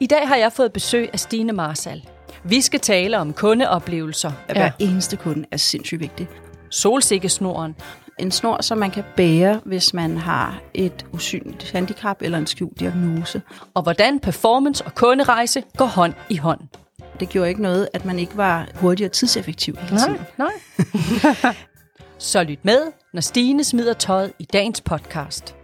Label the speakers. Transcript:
Speaker 1: I dag har jeg fået besøg af Stine Marsal. Vi skal tale om kundeoplevelser,
Speaker 2: at hver eneste kunde er sindssygt vigtig.
Speaker 1: solsikkesnoren,
Speaker 2: En snor, som man kan bære, hvis man har et usynligt handicap eller en skjult diagnose.
Speaker 1: og hvordan performance og kunderejse går hånd i hånd.
Speaker 2: Det gjorde ikke noget, at man ikke var hurtig og tidseffektiv hele tiden.
Speaker 1: nej. Så lyt med, når Stine smider tøjet i dagens podcast.